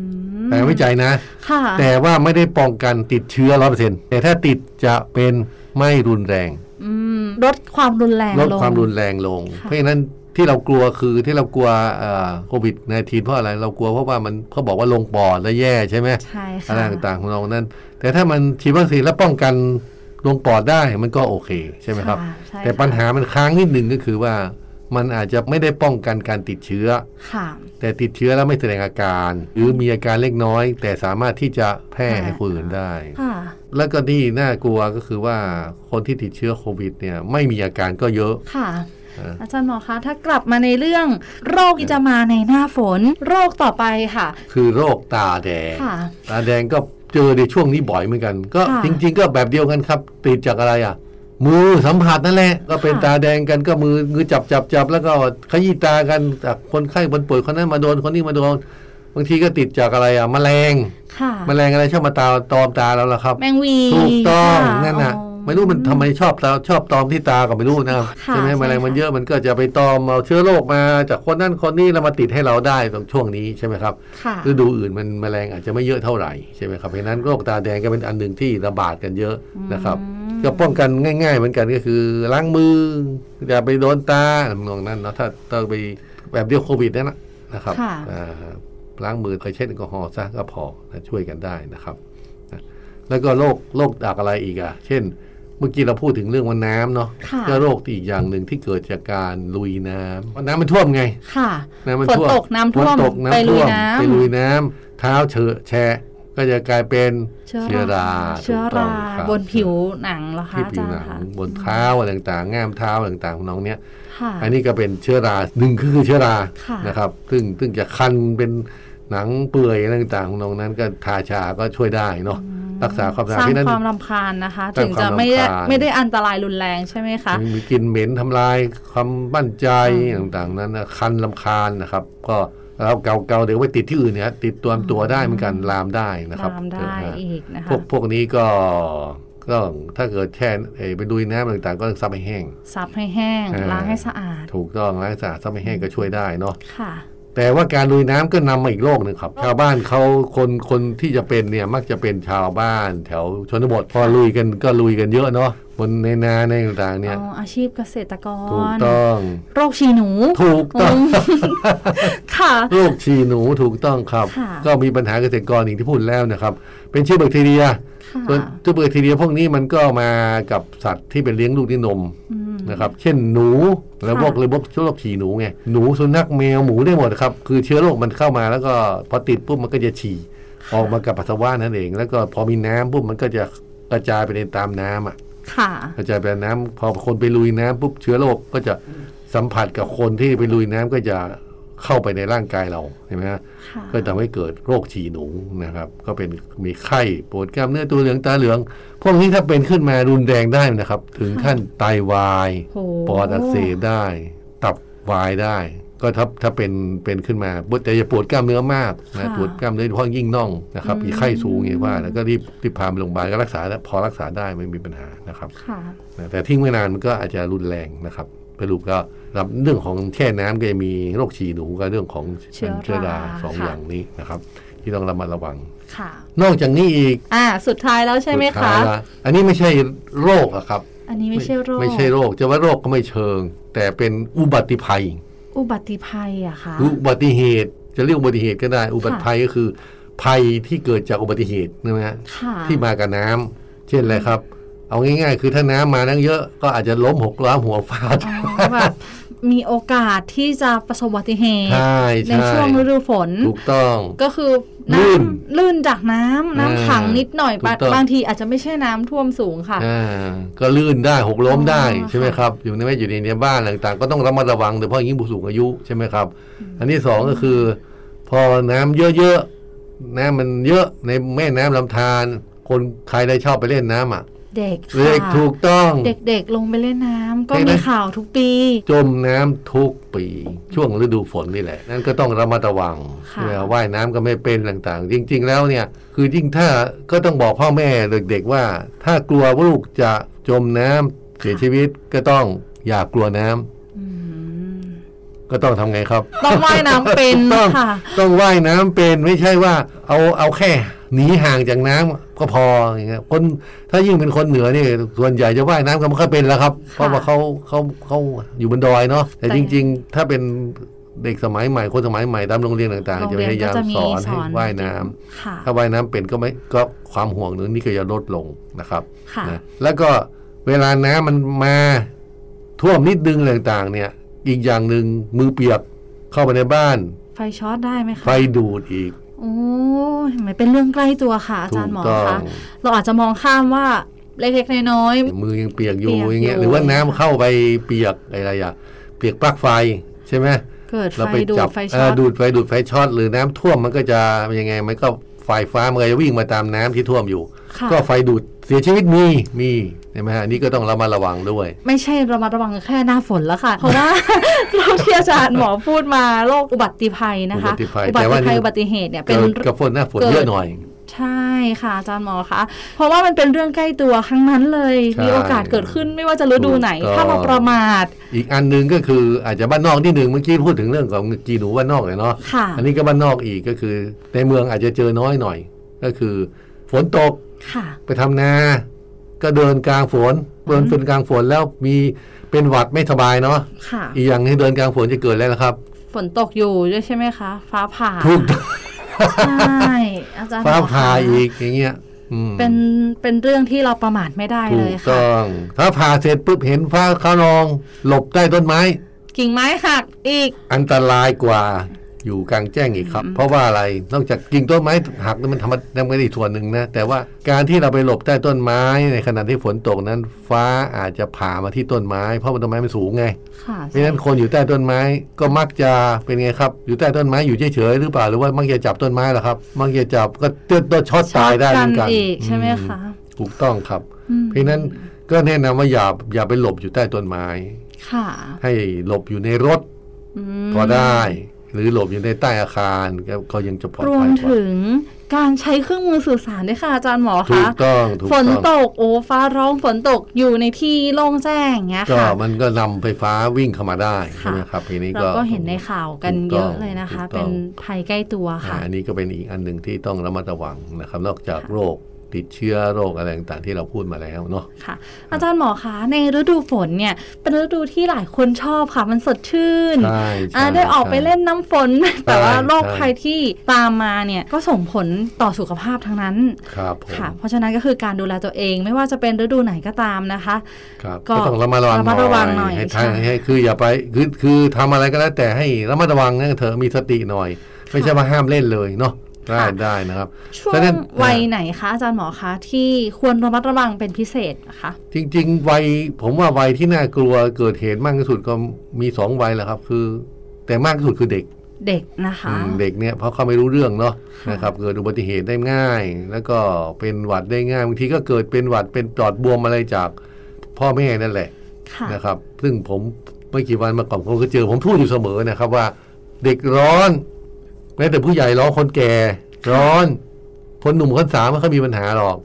C: แต่วิจัยนะ
B: ค่ะ
C: แต่ว่าไม่ได้ป้องกันติดเชื้อร้อยเปอร์เซ็นต์แต่ถ้าติดจะเป็นไม่รุนแรง
B: อืมลดความรุนแรง
C: ลด
B: ลง
C: ความรุนแรงลง
B: ค่ะ
C: เพราะฉะนั้นที่เรากลัวคือที่เรากลัวเอ่อโควิดในทีเพราะอะไรเรากลัวเพราะว่ามันเขาบอกว่าลงปอดแล้วแย่ใช่ไหม
B: ใช่
C: อะไร
B: ค่ะ
C: ต่างๆของเรานั้น แต่ถ้ามันฉีดวัคซีนแล้วป้องกันลงปอดได้มันก็โอเคใช่ไหมครับ
B: ค่ะใช่
C: แต่
B: ค่ะ
C: ปัญหามันค้างนิดหนึ่งก็คือว่า มันอาจจะไม่ได้ป้องกันการติดเชื้อ
B: ค่ะ
C: แต่ติดเชื้อแล้วไม่แสดงอาการ หรือมีอาการเล็กน้อย แต่สามารถที่จะแพร่ให้คนอื่นได้
B: ค่ะ
C: แล้วก็ที่น่ากลัวก็คือว่าคนที่ติดเชื้อโควิดเนี่ยไม่มีอาการก็เยอะ
B: ค่ะ
C: อ่า
B: อาจารย์หมอคะถ้ากลับมาในเรื่องโรคที่จะมาในหน้าฝน โรคต่อไปค่ะ
C: คือโรคตาแดง
B: ค่ะ
C: ตาแดงก็เจอในช่วงนี้บ่อยเหมือนกัน ก็
B: ค่ะ
C: จริง ๆ ก็แบบเดียวกันครับ ติดจากอะไรอ่ะ มือสัมผัสนั่นแหละ ก็เป็น
B: ค่ะ
C: ตาแดงกันก็มือมือจับจับจับแล้วก็ขยี้ตากันจากคนไข้คนป่วยคนนั้นมาโดนคนนี้มาโดนบางทีก็ติดจากอะไรอ่ะแมลง
B: ค่ะ
C: แมลงอะไรชอบมาตาตอมตาเราละครับ
B: แมงวี
C: ถูกต้อง
B: ค่ะ
C: นั่นน่ะ
B: อ๋อ
C: ไม่รู้มันทำไมชอบตาชอบตอมที่ตาก็ไม่รู้นะครับ
B: ค่ะ
C: ใช่ไหม
B: ใช่
C: แมลง
B: ค่ะ
C: มันเยอะมันก็จะไปตอมเอาเชื้อโรคมาจากคนนั้นคนนี้แล้วมาติดให้เราได้ตรงช่วงนี้ใช่ไหมครับ
B: ค่ะ
C: ฤดูอื่นมันแมลงอาจจะไม่เยอะเท่าไหร่ใช่ไหมครับเพราะฉะนั้นโรคตาแดงก็เป็นอันหนึ่งที่ระบาดกันเยอะนะครับ
B: อืม
C: ก็ป้องกันง่าย ๆ เหมือนกันก็คือล้างมืออย่าไปโดนตาทำนองนั้นเนาะถ้าต้องไปแบบเดียวโควิดนั่นแหละนะครับ
B: ค่ะ
C: อ่าล้างมือเคยเช็ดแอลกอฮอล์ซะก็พอนะช่วยกันได้นะครับนะแล้วก็โรคโรคจากอะไรอีกอ่ะ เช่น เมื่อกี้เราพูดถึงเรื่องว่าน้ำเนาะ
B: ค่ะ
C: ก็โรคที่อีกอย่างหนึ่งที่เกิดจากการลุยน้ำเพราะน้ำมันท่วมไง
B: ค่ะ
C: น้ำมัน
B: ฝน
C: ท่วม
B: ตกน้ำท่วม
C: ฝนตกน้ำ
B: ไปลุ
C: ท่วย ม
B: น้ำ
C: ไปลุยน้ำเท้าเฉอะแฉะก็จะกลายเป็น
B: เชื้อ
C: เชื้อรา
B: เชื้อ
C: ถูกต้
B: รา
C: องค
B: บนผิวหนังเหรอคะ
C: ที่
B: อา
C: ผิว
B: จาร
C: ห
B: ย์
C: นัง
B: คะ
C: บนเท้าอะไรต่างๆง่ามเท้าอะไรต่างๆของน้องเนี้ย
B: ค่ะ
C: อันนี้ก็เป็นเชื้อราหนึ่งก็คือเชื้อรา
B: ค่ะ
C: นะครับ ซึ่งซึ่งจะคันเป็นหนังเปื่อยอะไรต่างๆของน้องนั้นก็ทาชาก็ช่วยได้เนาะรักษาความสะอา
B: ส
C: ด
B: ร้าง
C: เพราะฉะนั้น
B: ความรำคาญนะคะ
C: สร้าง
B: ถึงจะ
C: ความรำคาญ
B: ไม่ได้ไม่ได้อันตรายรุนแรงใช่ไหมคะ
C: มีกลิ่นเหม็นทำลายความมั่นใจ
B: อืม
C: ต่างๆ นั้นนะคันลำคาญนะครับ ก็แล้วเกาๆเดี๋ยวไปติดที่อื่นเนี่ยติดตัวตัวได้เหมือนกันลามได้นะครับ
B: ลามได้
C: เออฮะ
B: อีกนะคะ
C: พวกพวกนี้ก็ ก็ถ้าเกิดแช่เอ่อไปดุยน้ำต่างๆ ก็ต้องซับให้แห้ง
B: ซับให้แห้ง
C: อ่า
B: ล้างให้สะอาด
C: ถูกต้องล้างสะอาดซับให้แห้งก็ช่วยได้เนาะ
B: ค่ะ
C: แต่ว่าการลุยน้ำก็นำมาอีกโลกหนึ่งครับ ชาวบ้านเขาคนคนที่จะเป็นเนี่ยมักจะเป็นชาวบ้าน แถวชนบทพอลุยกันก็ลุยกันเยอะเนาะบนในนาในต่างๆเนี่ย
B: อ๋ออาชีพเกษตรก
C: ถูก
B: ร
C: ต้อง
B: โรคชีหนู
C: ถูกต้อง
B: ค่ะ
C: โรคฉี่หนูถูกต้องครับ
B: ค่ะ
C: ก็มีปัญหาเกษตรกรอีกที่พูดแล้วนะครับ เป็นเชื้อแบคทีเรีย
B: ค่ะ
C: ส่วนเชื้อแบคทีเรียพวกนี้มันก็มากับสัตว์ที่เป็นเลี้ยงลูกด้วยนม
B: อืม
C: นะครับ เช่นหนูแล้วพวก
B: ค่ะ
C: เลยพวกเชื้อโรคฉี่หนูไงหนูสุนัขแมวหมูได้หมดครับ คือเชื้อโรคมันเข้ามาแล้วก็พอติดปุ๊บมันก็จะฉี่ออกมากับปัสสาวะนั่นเอง แล้วก็พอมีน้ำปุ๊บมันก็จะกระจายไปในตามน้ำอ่ะ
B: ค่ะ
C: กระจายไปน้ำพอคนไปลุยน้ำปุ๊บเชื้อโรคก็จะสัมผัสกับคนที่ไปลุยน้ำก็จะเข้าไปในร่างกายเราใช่ไหมฮะ
B: ค่ะ
C: ก็ทำให้เกิดโรคฉี่หนูนะครับ ก็เป็นมีไข้ปวดกล้ามเนื้อตัวเหลืองตาเหลือง พวกนี้ถ้าเป็นขึ้นมารุนแรงได้นะครับ ถึงขั้นไตวาย
B: โห
C: ปอดอักเสบได้ ตับวายได้ ก็ถ้าถ้าเป็นเป็นขึ้นมาแต่อย่าปวดกล้ามเนื้อมากนะ
B: ค่ะ
C: ปวดกล้ามเนื้อโดยเฉพาะยิ่งน่องนะครับมีไข้สูงอย่างว่าแล้วก็รีบรีบพาไปโรงพยาบาลก็รักษาได้พอรักษาได้ไม่มีปัญหานะครับ
B: ค่ะ
C: นะแต่ทิ้งไว้นานมันก็อาจจะรุนแรงนะครับสรุปก็รับเรื่องของแช่น้ำก็จะมีโรคฉี่หนูกับเรื่องของ
B: เชื้อรา
C: สอง
B: ค่ะ
C: อย่างนี้นะครับ ที่ต้องระมัดระวัง
B: ค่ะ
C: นอกจากนี้อีก
B: อ่า สุดท้ายแล้วใช่ไหม
C: สุดท้า
B: คะ
C: ยละอันนี้ไม่ใช่โรคอะครับ
B: อันนี้ไม่ใช่โรค
C: ไม่ใช่โรคจะว่าโรคก็ไม่เชิง แต่เป็นอุบัติภัย
B: อุบัติภัยอะค่ะ
C: อุบัติเหตุ จะเรียกอุบัติเหตุก็ได้ อุบัติภัยก็คือ ภัยที่เกิดจากอุบัติเหตุนะฮะ
B: ค่ะ
C: ที่มากับน้ำเช่นอะไรครับ เอาง่ายๆ คือถ้าน้ำมานั่งเยอะก็อาจจะล้มหกล้ามหัวฟาด
B: อ๋อแบบมีโอกาสที่จะประสบอุบัติเหตุ
C: ใช่
B: ใน
C: ใช่
B: ช่วงฤดูฝน
C: ถูกต้อง
B: ก็คือ
C: ลื่
B: น้
C: น
B: ำลื่นจากน้ำน้ำขังนิดหน่อย
C: ถูกต้อง
B: บางทีอาจจะไม่ใช่น้ำท่วมสูงค่ะ
C: อ่าก็ลื่นได้หกล้มได้
B: อ๋อ
C: ใช่ไหมครับ อยู่ในแม่อยู่ในเนี้ยบ้านต่างๆ ก็ต้องระมัดระวังโดยเฉพาะยิ่งผู้สูงอายุใช่ไหมครับ อันที่สองก็คือ พอน้ำเยอะๆน้ำมันเยอะในแม่น้ำลำธารคนใครได้ชอบไปเล่นน้ำอ่ะ
B: เด็กค่ะ
C: เด็กถูกต้อง
B: เด็กๆลงไปเล่นน้ำก็
C: เห็นไหม
B: มีข่าวทุกปี
C: จมน้ำทุกปีช่วงฤดูฝนนี่แหละ นั่นก็ต้องระมัดระวัง
B: ค่ะ
C: เวลาว่ายน้ำก็ไม่เป็นต่างๆ จริง ๆ แล้วเนี่ย คือยิ่งถ้าก็ต้องบอกพ่อแม่เด็กๆว่า ถ้ากลัวว่าลูกจะจมน้ำเสียชีวิตก็ต้องอย่ากลัวน้ำ
B: อืม
C: ก็ต้องทำไงครับ
B: ต้องว่ายน้ำเป็น
C: ต้อง
B: ค่ะ
C: ต้องว่ายน้ำเป็นไม่ใช่ว่า เอาเอาแค่หนีห่างจากน้ำก็พออย่างเงี้ยคนถ้ายิ่งเป็นคนเหนือนี่ส่วนใหญ่จะว่ายน้ำกันไม่ค่อยเป็นแล้วครับ เพราะว่าเขาเขาเขาอยู่บนดอยเนาะแต่
B: แต่
C: จริง ๆ ถ้าเป็นเด็กสมัยใหม่คนสมัยใหม่ตามโรงเรียนต่างๆ จะพยายามสอนให้ว่ายน้ำ
B: ค่ะ
C: ถ้าว่ายน้ำเป็นก็ไม่ก็ความห่วงนึงนี่ก็จะลดลงนะครับ
B: ค่ะ
C: นะแล้วก็เวลาน้ำมันมาท่วมนิดนึงอะไรต่างๆ เนี่ย อีกอย่างหนึ่งมือเปียกเข้าไปในบ้าน
B: ไฟช็อตได้ไหม
C: ไฟ
B: คะ
C: ดูดอีก
B: โอ้ยมันเป็นเรื่องใกล้ตัวค่ะอา
C: ถู
B: จาร
C: ก
B: ย์หมอ
C: ต้อง
B: คะเราอาจจะมองข้ามว่าเล็กๆน้อย
C: มือยังเปียกอยู่
B: เปียก
C: อย่างเงี้ย
B: อยู่
C: หรือว่าน้ำเข้าไปเปียกอะไรอะเปียกปลั๊กไฟใช่ไหม
B: ๆเกิด
C: เรา
B: ไฟ
C: ไป
B: ดูด
C: จับ
B: ไฟ
C: เอ
B: ช็อ
C: อ
B: ต
C: ดูดไฟดูดไฟช็อตหรือน้ำท่วมมันก็จะยังไงมันก็ไฟฟ้ามันก็จะวิ่งมาตามน้ำที่ท่วมอยู่
B: ค่ะ
C: ก็ไฟดูดเสียชีวิตมีมีใช่ไหมฮะอันนี่ก็ต้องระมัดระวังด้วย
B: ไม่ใช่ระมัดระวังแค่หน้าฝนแล้วค่ะ เพราะว่าเรา ที่อาจารย์หมอพูดมาโรคอุบัติภัยนะคะ
C: อุบัติภัย
B: อุบั
C: แต่
B: ติ
C: ว่านี่
B: ภัยอุบัติเหตุเนี่ยเป็
C: เกิ
B: น
C: ดกับฝนหน้าฝน
B: เกิด
C: เยอะหน่อย
B: ใช่ค่ะอาจารย์หมอคะเพราะว่ามันเป็นเรื่องใกล้ตัวครั้งนั้นเลย
C: ใช่
B: มีโอกาสเกิดขึ้นไม่ว่าจะฤดูไหน
C: ถูกต้อง
B: ถ้าเราประมาท
C: อีกอันหนึ่งก็คืออาจจะบ้านนอกนิดหนึ่งเมื่อกี้พูดถึงเรื่องของจีหนูบ้านนอกเลยเนาะ
B: ค่ะ
C: อันนี้ก็บ้านนอกอีกก็คือ ในเมืองอาจจะเจอน้อยหน่อย ก็คือ ฝนตก
B: ค่ะ
C: ไปทำนา ก็เดินกลางฝนเดินฝนกลางฝนแล้วมีเป็นหวัดไม่สบายเนาะ
B: ค่ะ
C: อีกอย่างที่เดินกลางฝนจะเกิดแล้วครับ
B: ฝนตกอยู่ด้วยใช่ไหมคะ ฟ้าผ่า
C: ถูกต้อง
B: ใช่อาจารย์
C: ฟ้า
B: หมคะ
C: ผ่าอีกอย่างเงี้ยอืม
B: เป็นเป็นเรื่องที่เราประมาทไม่ได้
C: ถู
B: เล
C: ก
B: ยค่ะ
C: ต้อง ถ้าผ่าเสร็จปุ๊บเห็นฟ้าข้านอง หลบใต้ต้นไม้
B: กิ่งไม้หักอีก
C: อันตรายกว่าอยู่กลางแจ้งอีกครับ เพราะว่าอะไรนอกจากกิ่งต้นไม้หักนั้นมันทำให้นั่นไม่ได้ส่วนหนึ่งนะ แต่ว่าการที่เราไปหลบใต้ต้นไม้ในขณะที่ฝนตกนั้น ฟ้าอาจจะผ่ามาที่ต้นไม้ เพราะว่าต้นไม้มันสูงไง
B: ค่ะ
C: เพราะฉะนั้นคนอยู่ใต้ต้นไม้ก็มักจะเป็นไงครับ อยู่ใต้ต้นไม้อยู่เฉยๆหรือเปล่าหรือว่ามักจะจับต้นไม้ล่ะครับ มักจะจับก็เตือนตัวช็อตตายได้เหมือนกัน
B: ช็อตอีกใช่ไหมคะ
C: อืมถูกต้องครับ
B: อืม
C: เพราะฉะนั้นก็แนะนำว่าอย่าอย่าไปหลบอยู่ใต้ต้นไม้
B: ค่ะ
C: ให้หลบอยู่ในรถ
B: อืม
C: พอได้ หรือหลบอยู่ในใต้อาคารก็ก็ยังจะปลอด
B: ร
C: ภัย
B: ม
C: วกว่า
B: ถึงการใช้เครื่องมือสื่อสารด้วยค่ะอาจารย์หมอ
C: ถู
B: คะ
C: กต้องถูก
B: ฝน
C: ต้อง
B: ตกโอ้ฟ้าร้องฝนตกอยู่ในที่โล่งแจ้งอย่างเงี้ย
C: ก็
B: ค่ะ
C: มันก็นำไฟฟ้าวิ่งเข้ามาได้
B: ค่ะ
C: ใช่ไหมครับทีนี้
B: เรา
C: ก็
B: ก็เห็นในข่าวกัน
C: ถูก
B: เย
C: ต้อง
B: อะเลยนะคะ
C: ถูกต้
B: เป็
C: อง
B: นภัยใกล้ตัว
C: อ่า
B: ค่ะ
C: อันนี้ก็เป็นอีกอันหนึ่งที่ต้องระมัดระวังนะครับ นอกจากโรคติดเชื้อโรคอะไรต่างๆที่เราพูดมาแล้วเนาะ
B: ค่ะ อาจารย์หมอคะในฤดูฝนเนี่ย เป็นฤดูที่หลายคนชอบค่ะ มันสดชื่น
C: ใช่ใช่
B: อ่าได้ออกไป
C: ใช่
B: เล่นน้ำฝน แต่ว่า
C: ใช่
B: โรคภัยที่ตามมาเนี่ยก็ส่งผลต่อสุขภาพทั้งนั้น
C: ครับผม
B: ค่ะ เพราะฉะนั้นก็คือการดูแลตัวเอง ไม่ว่าจะเป็นฤดูไหนก็ตามนะคะ
C: ครับ
B: ก็
C: ก็ต้องระมัดระวัง
B: ระมัดระวังหน่อย
C: ให้ทาง
B: ใช่
C: ให้คืออย่าไปคือคือทำอะไรก็แล้วแต่ให้ระมัดระวังนะเธอะมีสติหน่อย ไม่ใช่ว่าห้ามเล่นเลยเนาะได้
B: ค่ะ
C: ได้นะครับ
B: ช่ว
C: เพราะฉะนั้
B: ง
C: น
B: วัยไหนคะอาจารย์หมอคะที่ควรระมัดระวังเป็นพิเศษนะคะ
C: จริงๆวัยผมว่าวัยที่น่ากลัวเกิดเหตุมากที่สุดก็มีสองวัยแหละครับ คือ แต่มากที่สุดคือเด็ก
B: เด็กนะคะ
C: อืมเด็กเนี่ยเพราะเขาไม่รู้เรื่องเนาะ
B: ค่ะ
C: นะครับเกิดอุบัติเหตุได้ง่าย แล้วก็เป็นหวัดได้ง่ายบางทีก็เกิดเป็นหวัดเป็นปลอดบวมอะไรจากพ่อแม่นั่นแหละ
B: ค่ะ
C: นะครับ ซึ่งผมไม่กี่วันมาก่อนผมก็เจอผมพูดอยู่เสมอนะครับว่า เด็กร้อนแม้แต่ผู้ใหญ่ร้อนคนแก่ร้อนคนหนุ่มคนสาวไม่ค่อยมีปัญหาหรอก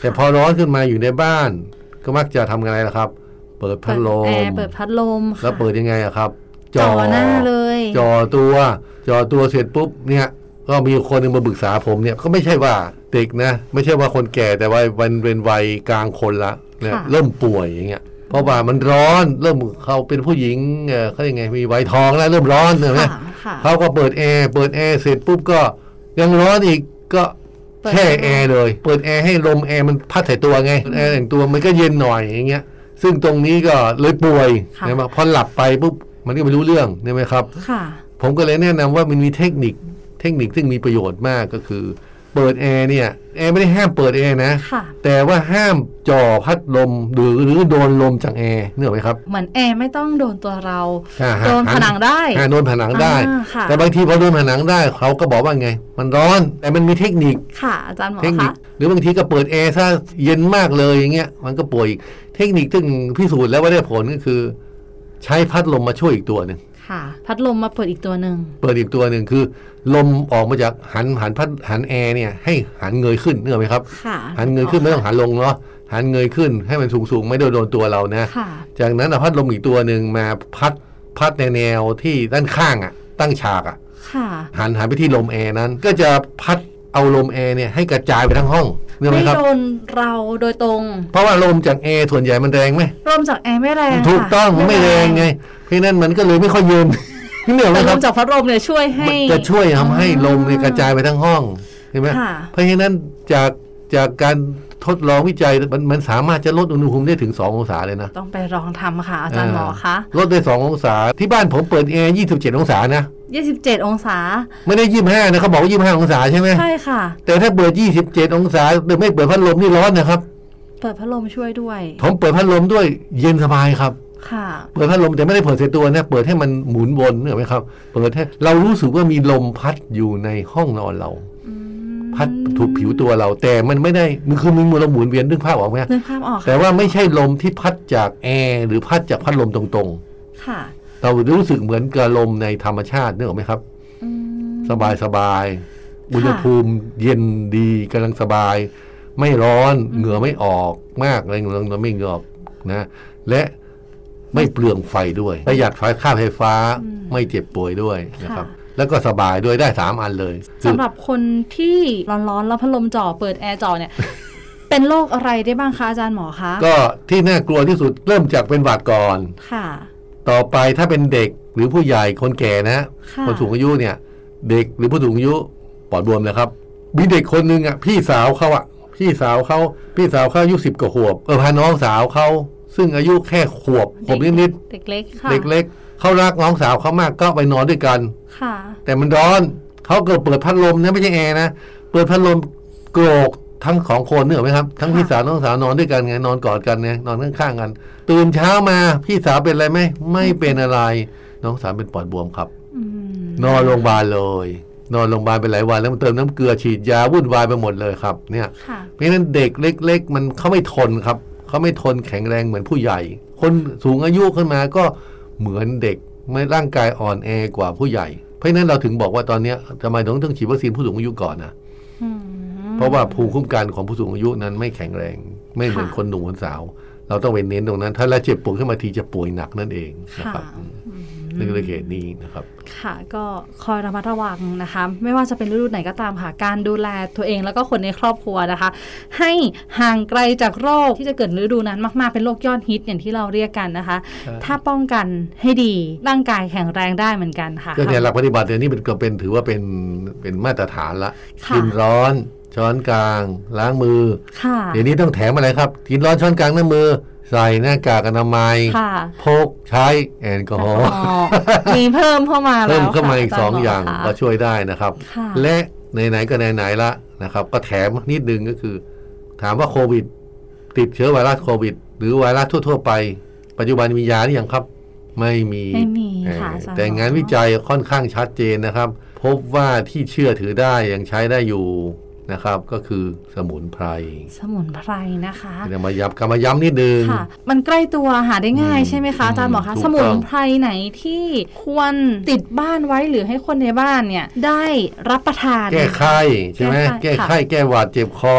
C: แต่พอร้อนขึ้นมาอยู่ในบ้าน ก็มักจะทำอะไรล่ะครับ เปิดพั
B: เปิ
C: ด
B: ด
C: ลม
B: แอร์เปิดพัดลมค่ะ
C: แล้วเปิดยังไงอะครับ
B: จ่อหน้าเลย
C: จ่อตัวจ่อตัวเสร็จปุ๊บเนี่ย ก็มีคนหนึ่งมาปรึกษาผมเนี่ยก็ไม่ใช่ว่าเด็กนะ ไม่ใช่ว่าคนแก่แต่ว่าวันเป็นวัยกลางคนละเนี่ย
B: ค่ะ
C: เริ่มป่วยอย่างเงี้ยเพราะว่ามันร้อนเริ่มเขาเป็นผู้หญิงเอ่อเขาเรียกไงมีวัยทองแล้วเริ่มร้อนเห็นไหม
B: ค่ะค่ะ
C: เขาก็เปิดแอร์เปิดแอร์เสร็จปุ๊บก็ยังร้อนอีกก็
B: เปิด
C: แช่
B: พัดลม
C: แอร์เลย เปิดแอร์ให้ลมแอร์มันพัดใส่ตัวไงแอร์แต่งตัวมันก็เย็นหน่อยอย่างเงี้ย ซึ่งตรงนี้ก็เลยป่วย
B: ค่ะ
C: นะมาพอหลับไปปุ๊บมันก็ไม่รู้เรื่องใช่ไหมครับ
B: ค่ะ
C: ผมก็เลยแนะนำว่ามันมีเทคนิคเทคนิคซึ่งมีประโยชน์มากก็คือ เปิดแอร์เนี่ยแอร์ไม่ได้ห้ามเปิดแอร์นะ
B: ค่ะ
C: แต่ว่าห้ามจ่อพัดลมหรือหรือโดนลมจากแอร์เนื่ออกไหมครับ
B: เหมือนแอร์ไม่ต้องโดนตัวเรา
C: อ่าฮะ
B: โดนผนังได้
C: อ่าโดนผนังได้
B: อ่าค่ะ
C: แต่บางทีพอโดนผนังได้เขาก็บอกว่าไง มันร้อนแต่มันมีเทคนิค
B: ค่ะ อาจารย์หมอ
C: เทคนิ
B: คะ
C: ค หรือบางทีก็เปิดแอร์ถ้าเย็นมากเลยอย่างเงี้ยมันก็ป่วยอีกเทคนิคซึ่งพิสูจน์แล้วว่าได้ผลก็คือ ใช้พัดลมมาช่วยอีกตัวหนึ่ง
B: ค่ะ พัดลมมาเปิดอีกตัวหนึ่ง
C: เปิดอีกตัวหนึ่งคือ ลมออกมาจากหันหันพัดหันแอร์เนี่ยให้หันเงยขึ้นเนกออกไหมครับ
B: ค่ะ
C: หันเงยขึ้นไม่ต้องหันลงเนาะหันเงยขึ้นให้มันสูงสูงๆไม่โดนโดนตัวเรานะ
B: ค่ะ
C: จากนั้นเอาพัดลมอีกตัวหนึ่งมาพัดพัดในแนวที่ด้านข้างอ่ะ ตั้งฉากอ่ะ
B: ค่ะ
C: หันหันไปที่ลมแอร์นั้น ก็จะพัดเอาลมแอร์เนี่ยให้กระจายไปทั้งห้องเนกออกไหม
B: ไม่
C: ครับ
B: โดนเราโดยตรง
C: เพราะว่าลมจากแอร์ส่วนใหญ่มันแรงไหม
B: ลมจากแอร์ไม่แรงค่ะ
C: ถูกต้องมันไม่แรงไง เพราะฉะนั้นมันก็เลยไม่ค่อยเย็น เหนื่อยไหม
B: แต่ล
C: ครับ
B: มจากพัดลมเนี่ยช่วยให้
C: มันจะช่วยทำให้ลมเนี่ยกระจายไปทั้งห้องใช่ไหม
B: ค่ะ
C: เพราะฉะนั้นจากจากการทดลองวิจัยมันมันสามารถจะลดอุณหภูมิได้ถึง 2 องศาเลยนะ
B: ต้องไปลองทำค่ะ อาจารย์หมอคะ
C: าลดได้ 2 องศา ที่บ้านผมเปิดแอร์27 องศานะ
B: 27 องศา
C: ไม่ได้ 25 นะเขาบอกว่า 25 องศาใช่ไหม
B: ใช่ค่ะ
C: แต่ถ้าเปิด 27 องศาโดยไม่เปิดพัดลมนี่ร้อนนะครับ
B: เปิดพัดลมช่วยด้วย
C: ผมเปิดพัดลมด้วยเย็นสบายครับ
B: ค่ะ
C: เปิดพัดลมแต่ไม่ได้เปิดเสียตัวนะ เปิดให้มันหมุนวนเห็นไหมครับ เปิดให้เรารู้สึกว่ามีลมพัดอยู่ในห้องนอนเรา
B: อืม
C: พัดถูกผิวตัวเราแต่มันไม่ได้มันคือมันมือเราหมุนเวียนดึงภาพออกไหม
B: นึกภาพออก
C: แต่ว่าไม่ใช่ลมที่พัดจากแอร์หรือพัดจากพัดลมตรง
B: ค่ะ
C: ๆ เรารู้สึกเหมือนกับลมในธรรมชาตินึกออกไหมครับ
B: อืม
C: สบายสบาย
B: ะ
C: อุณหภูมิเย็นดีกำลังสบาย ไม่ร้อนเหงื่อไม่ออกมากอะไรเงี้ยเราไม่เหงื่อออกนะ และไม่เปลืองไฟด้วยประหยัดไฟค่าไฟฟ้าไม่เจ็บป่วยด้วยนะครับ แล้วก็สบายด้วยได้สามอันเลยคือ
B: สำหรับคนที่ร้อนๆแล้วพัดลมจ่อเปิดแอร์จ่อเนี่ย เป็นโรคอะไรได้บ้างคะอาจารย์หมอคะ
C: ก็ที่น่ากลัวที่สุดเริ่มจากเป็นหวัดก่อน
B: ค่ะ
C: ต่อไปถ้าเป็นเด็กหรือผู้ใหญ่คนแก่นะฮะ
B: ค่ะ
C: คนสูงอายุเนี่ย เด็กหรือผู้สูงอายุปอดบวมนะครับมีเด็กคนหนึ่งอ่ะพี่สาวเขาอ่ะ พี่สาวเขาพี่สาวเขาอายุสิบกว่าขวบ เออพาน้องสาวเขาซึ่งอายุแค่ขวบขวบนิด
B: เด็กเล็ก
C: ๆ
B: ค่ะ
C: เด็กเล็กเขารักน้องสาวเขามากก็ไปนอนด้วยกัน
B: ค่ะ
C: แต่มันร้อนเขาเกิดเปิดพัดลมนะไม่ใช่แอร์นะเปิดพัดลมโกรกทั้งสองคนเนกออกไหมครับ ทั้ง
B: ค่ะ
C: พี่สาวน้องสาวนอนด้วยกันไงนอนกอดกันไงนอนข้างๆกัน ตื่นเช้ามาพี่สาวเป็นอะไรไหมไม่เป็นอะไร น้องสาวเป็นปอดบวมครับ
B: อืม
C: นอนโรงพยาบาลเลย นอนโรงพยาบาลไปหลายวันแล้วมันเติมน้ำเกลือฉีดยาวุ่นวายไปหมดเลยครับเนี่ย
B: ค่ะ
C: เพราะฉะนั้นเด็กเล็ก ๆ มันเขาไม่ทนครับเขาไม่ทนแข็งแรงเหมือนผู้ใหญ่ คนสูงอายุขึ้นมาก็เหมือนเด็กไม่ร่างกายอ่อนแอกว่าผู้ใหญ่ เพราะฉะนั้นเราถึงบอกว่าตอนเนี้ยทำไมถึงต้องฉีดวัคซีนผู้สูงอายุก่อนนะ
B: อืม
C: เพราะว่าภูมิคุ้มกันของผู้สูงอายุนั้นไม่แข็งแรง ไม่เหมือน
B: ค่ะ
C: คนหนุ่มคนสาว เราต้องไปเน้นตรงนั้น ถ้าเราเจ็บป่วยขึ้นมาทีจะป่วยหนักนั่นเองนะครับ
B: ค่ะ
C: อืมนี่คือเหตุนี้นะครับ
B: ค่ะก็คอยระมัดระวังนะคะ ไม่ว่าจะเป็นฤดูไหนก็ตามค่ะ การดูแลตัวเองแล้วก็คนในครอบครัวนะคะ ให้ห่างไกลจากโรคที่จะเกิดในฤดูนั้นมาก ๆ เป็นโรคยอดฮิตอย่างที่เราเรียกกันนะคะ ถ้าป้องกันให้ดีร่างกายแข็งแรงได้เหมือนกันค่ะ
C: ก็เนี่ยหลักปฏิบัติเนี่ยนี่เป็นก็เป็นถือว่าเป็นเป็นมาตรฐานละ
B: ค่ะ
C: กินร้อน ช้อนกลาง ล้างมือ
B: ค่ะ
C: เดี๋ยวนี้ต้องแถมอะไรครับ กินร้อนช้อนกลางน้ำมือ ใส่หน้ากากอนามัย
B: ค่ะ
C: พกใช้แอลกอฮอล์
B: อ๋อมีเพิ่มเข้ามาแล้ว
C: เพิ่มเข้ามาอีก
B: ค่ะ
C: สองอย่าง
B: ค่ะ
C: ก็ช่วยได้นะครับ
B: ค่ะ
C: และไหนๆก็ไหนๆละนะครับ ก็แถมนิดนึงก็คือ ถามว่าโควิด ติดเชื้อไวรัสโควิด หรือไวรัสทั่ว ๆ ไป ปัจจุบันมียาหรือยังครับ ไม่มี
B: ไม่มี
C: เอ่อ
B: ค่ะอจรย์
C: แต่งานวิจัยค่อนข้างชัดเจนนะครับ พบว่าที่เชื่อถือได้ยังใช้ได้อยู่นะครับ ก็คือสมุนไพร
B: สมุนไพรนะคะ
C: เดี๋ยวมาย้ำกลับมาย้ำนิดนึง
B: ค่ะ มันใกล้ตัวหาได้ง่าย
C: อืม
B: ใช่ไหมคะอาจารย์หมอคะ
C: ถูกต้อง
B: สมุนไพรไหนที่ควรติดบ้านไว้หรือให้คนในบ้านเนี่ย ได้รับประทาน
C: แก้ไข้ใช่ไหม
B: แก้
C: แก้
B: ไข้ค่ะ
C: ไข้แก้หวัดเจ็บคอ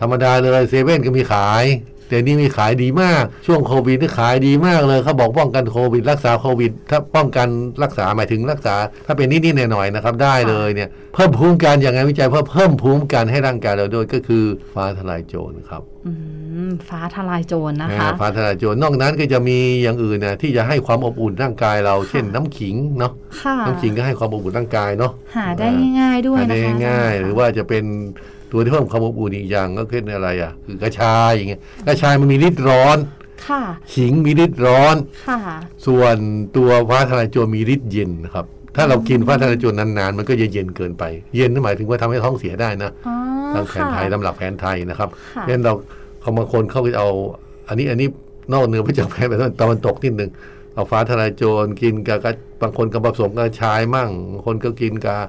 C: ธรรมดาเลยเซเว่นก็มีขายเดี๋ยวนี้มีขายดีมาก ช่วงโควิดนี่ขายดีมากเลยเขาบอกป้องกันโควิด รักษาโควิด ถ้าป้องกันรักษาหมายถึงรักษา ถ้าเป็นนิดๆหน่อยๆนะครับได้เลยเนี่ยเพิ่มภูมิคุ้มกันอย่างงานวิจัยเพื่อเพิ่มภูมิคุ้มกันให้ร่างกายเราด้วยก็คือฟ้าทลายโจรครับ
B: อืมฟ้าทลายโจรนะคะ
C: อ่าฟ้าทลายโจรนอกนั้นก็จะมีอย่างอื่นนะที่จะให้ความอบอุ่นร่างกายเรา เช่นน้ำขิงเนาะ
B: ค่ะ
C: น้ำขิงก็ให้ความอบอุ่นร่างกายเนาะ
B: หาได้ง่ายๆด้วย
C: ทาน
B: นะ
C: ได้
B: คะ
C: ง่ายๆหรือว่าจะเป็นตัวที่เพิ่มความอบอุ่นอีกอย่างก็คืออะไรอ่ะคือกระชายอย่างเงี้ยกระชายมันมีฤทธิ์ร้อน
B: ค่ะ
C: ขิงมีฤทธิ์ร้อน
B: ค่ะ
C: ส่วนตัวฟ้าทลายโจรมีฤทธิ์เย็นนะครับถ้าเรากินฟ้าทลายโจรนานๆมันก็จะเย็นเกินไป เย็นนั่นหมายถึงว่าทำให้ท้องเสียได้นะ
B: อ๋อ
C: ตามแผน
B: ค่ะ
C: ไทยตามหลักแผนไทยนะครับ
B: ค่ะ
C: เพราะฉะนั้นเราเขาบางคนเขาก็จะเอา อันนี้อันนี้นอกเหนือไปจากแผนไปตะวันตกนิดนึงเอาฟ้าทลายโจรกินกับกระบางคนก็ผสมกับชายมั่งบางคนก็กินกับ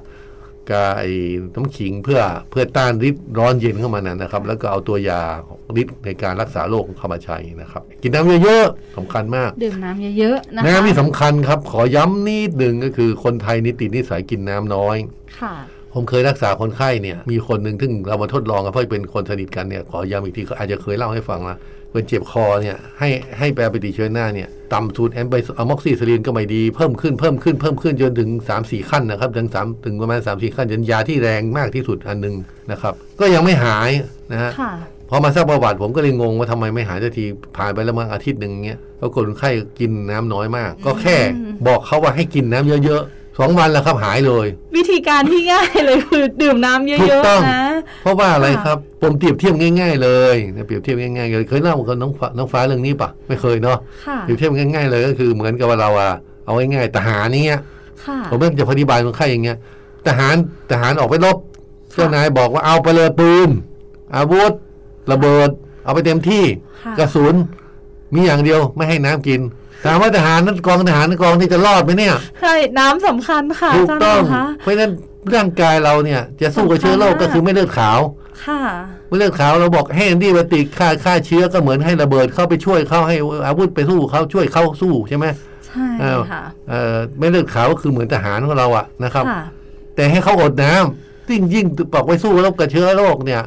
C: กับไอ้น้ำขิงเพื่อเพื่อต้านฤทธิ์ร้อนเย็นเข้ามานั่นนะครับ แล้วก็เอาตัวยาของฤทธิ์ในการรักษาโรคเข้ามาใช้นะครับ กินน้ำเยอะๆสำคัญมาก
B: ดื่มน้ำเยอะๆนะคะ
C: น้ำนี่สำคัญครับ ขอย้ำนิดหนึ่งก็คือคนไทยนิติดนิสัยกินน้ำน้อย
B: ค่ะ
C: ผมเคยรักษาคนไข้เนี่ยมีคนหนึ่งซึ่งเรามาทดลองกันเพราะเป็นคนสนิทกันเนี่ยขอย้ำอีกทีเขาอาจจะเคยเล่าให้ฟังนะเป็นเจ็บคอเนี่ยให้ให้แปรปฏิชีวนะเนี่ยต่ำสุดแอมไบอะม็อกซิซิลินก็ไม่ดีเพิ่มขึ้นเพิ่มขึ้นเพิ่มขึ้นจนถึง 3 4 ขั้นนะครับถึงสามถึงประมาณ 3 4 ขั้นจนยาที่แรงมากที่สุดอันหนึงนะครับ ก็ยังไม่หายนะฮะ
B: ค่ะ
C: พอมาทราบประวัติผมก็เลยงงว่าทำไมไม่หายสักทีผ่านไปแล้วมั้งอาทิตย์หนึ่งเงี้ยปรากฏคนไข้กินน้ำน้อยมาก ก็แค่บอกเขาว่าให้กินน้ำเยอะๆสองวันแล้วครับหายเลย
B: วิธีการที่ง่ายเลยคือดื่มน้ำเย
C: ถูก
B: อะ
C: ต้อง
B: ๆนะ
C: เพราะว่าอะไร
B: ค่ะ
C: ครับผมเปรียบเทียบง่าย ๆ เลยนะเปรียบเทียบง่ายๆเลยเคยเล่ากับน้องฟ้าน้องฟ้าเรื่องนี้ปะไม่เคยเนาะ
B: ค่ะ
C: เปรียบเทียบง่ายๆเลยก็คือเหมือนกับว่าเราอะเอาง่ายๆทหารเนี่ย
B: ค่ะ
C: ผมเริ่มจะอธิบายคนไข้อย่างเงี้ยทหารทหารออกไปรบเจ้านายบอกว่าเอาไปเลยปืน อาวุธ ระเบิด เอาไปเต็มที่
B: ค่ะ
C: กระสุนมีอย่างเดียวไม่ให้น้ำกินถามว่าทหารนั้นกองทหารกองที่จะรอดไหมเนี่ย
B: ใช่ น้ำสำคัญค่ะ
C: ถูก
B: อาจารย์หม
C: ต้อง
B: อคะ
C: เพราะฉะนั้นร่างกายเราเนี่ยจะสู้กับเชื้อโรคก็คือไม่เลือดขาว
B: ค่ะ
C: เลือดขาวเราบอกให้แอนตี้ไบโอติกฆ่าฆ่าเชื้อก็เหมือนให้ระเบิดเข้าไปช่วยเขาให้อาวุธไปสู้เขาช่วยเขาสู้ใช่ไหม
B: ใช่
C: เอ่อ
B: ค่ะ
C: เอ่อไม่เลือดขาวก็คือเหมือนทหารของเราอะนะครับ
B: ค่ะ
C: แต่ให้เขาอดน้ำยิ่งยิ่งปอกไว้สู้รบกับเชื้อโรคเนี่ย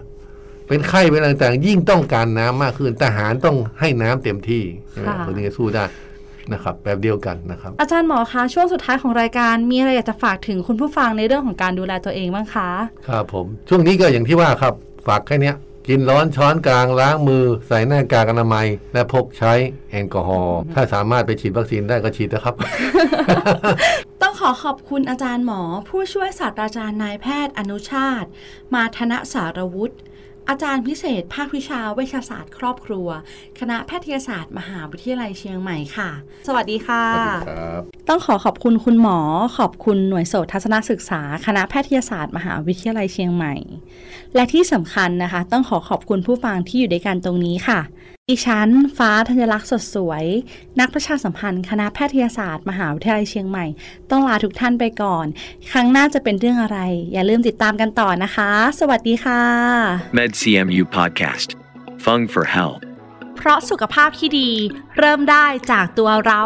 C: เป็นไข้เป็นอะไรต่างๆยิ่งต้องการน้ำมากขึ้นทหารต้องให้น้ำเต็มที่ใช่ไหม
B: ค่ะ
C: คนนี้จะสู้ได้นะครับ แบบเดียวกันนะครับ
B: อาจารย์หมอคะช่วงสุดท้ายของรายการมีอะไรอยากจะฝากถึงคุณผู้ฟังในเรื่องของการดูแลตัวเองบ้างคะ
C: ครับผม ช่วงนี้ก็อย่างที่ว่าครับ ฝากแค่เนี้ย กินร้อนช้อนกลางล้างมือ ใส่หน้ากากอนามัย และพกใช้แอลกอฮอล์ถ้าสามารถไปฉีดวัคซีนได้ก็ฉีดนะครับ
B: ต้องขอขอบคุณอาจารย์หมอ ผู้ช่วยศาสตราจารย์นายแพทย์อนุชาติ มาธนสารวุฒิอาจารย์พิเศษ ภาควิชาเวชศาสตร์ครอบครัว คณะแพทยศาสตร์ มหาวิทยาลัยเชียงใหม่ค่ะ สวัสดีค่ะ
C: สวัสดีครับ
B: ต้องขอขอบคุณคุณหมอ ขอบคุณหน่วยโสตทัศนศึกษา คณะแพทยศาสตร์ มหาวิทยาลัยเชียงใหม่ และที่สำคัญนะคะ ต้องขอขอบคุณผู้ฟังที่อยู่ด้วยกันตรงนี้ค่ะดิฉัน ฟ้าธัญลักษณ์สดสวย นักประชาสัมพันธ์ คณะแพทยศาสตร์ มหาวิทยาลัยเชียงใหม่ ต้องลาทุกท่านไปก่อน ครั้งหน้าจะเป็นเรื่องอะไร อย่าลืมติดตามกันต่อนะคะ สวัสดีค่ะ
A: MedCMU Podcast. Fung for Help.
B: เพราะสุขภาพที่ดี เริ่มได้จากตัวเรา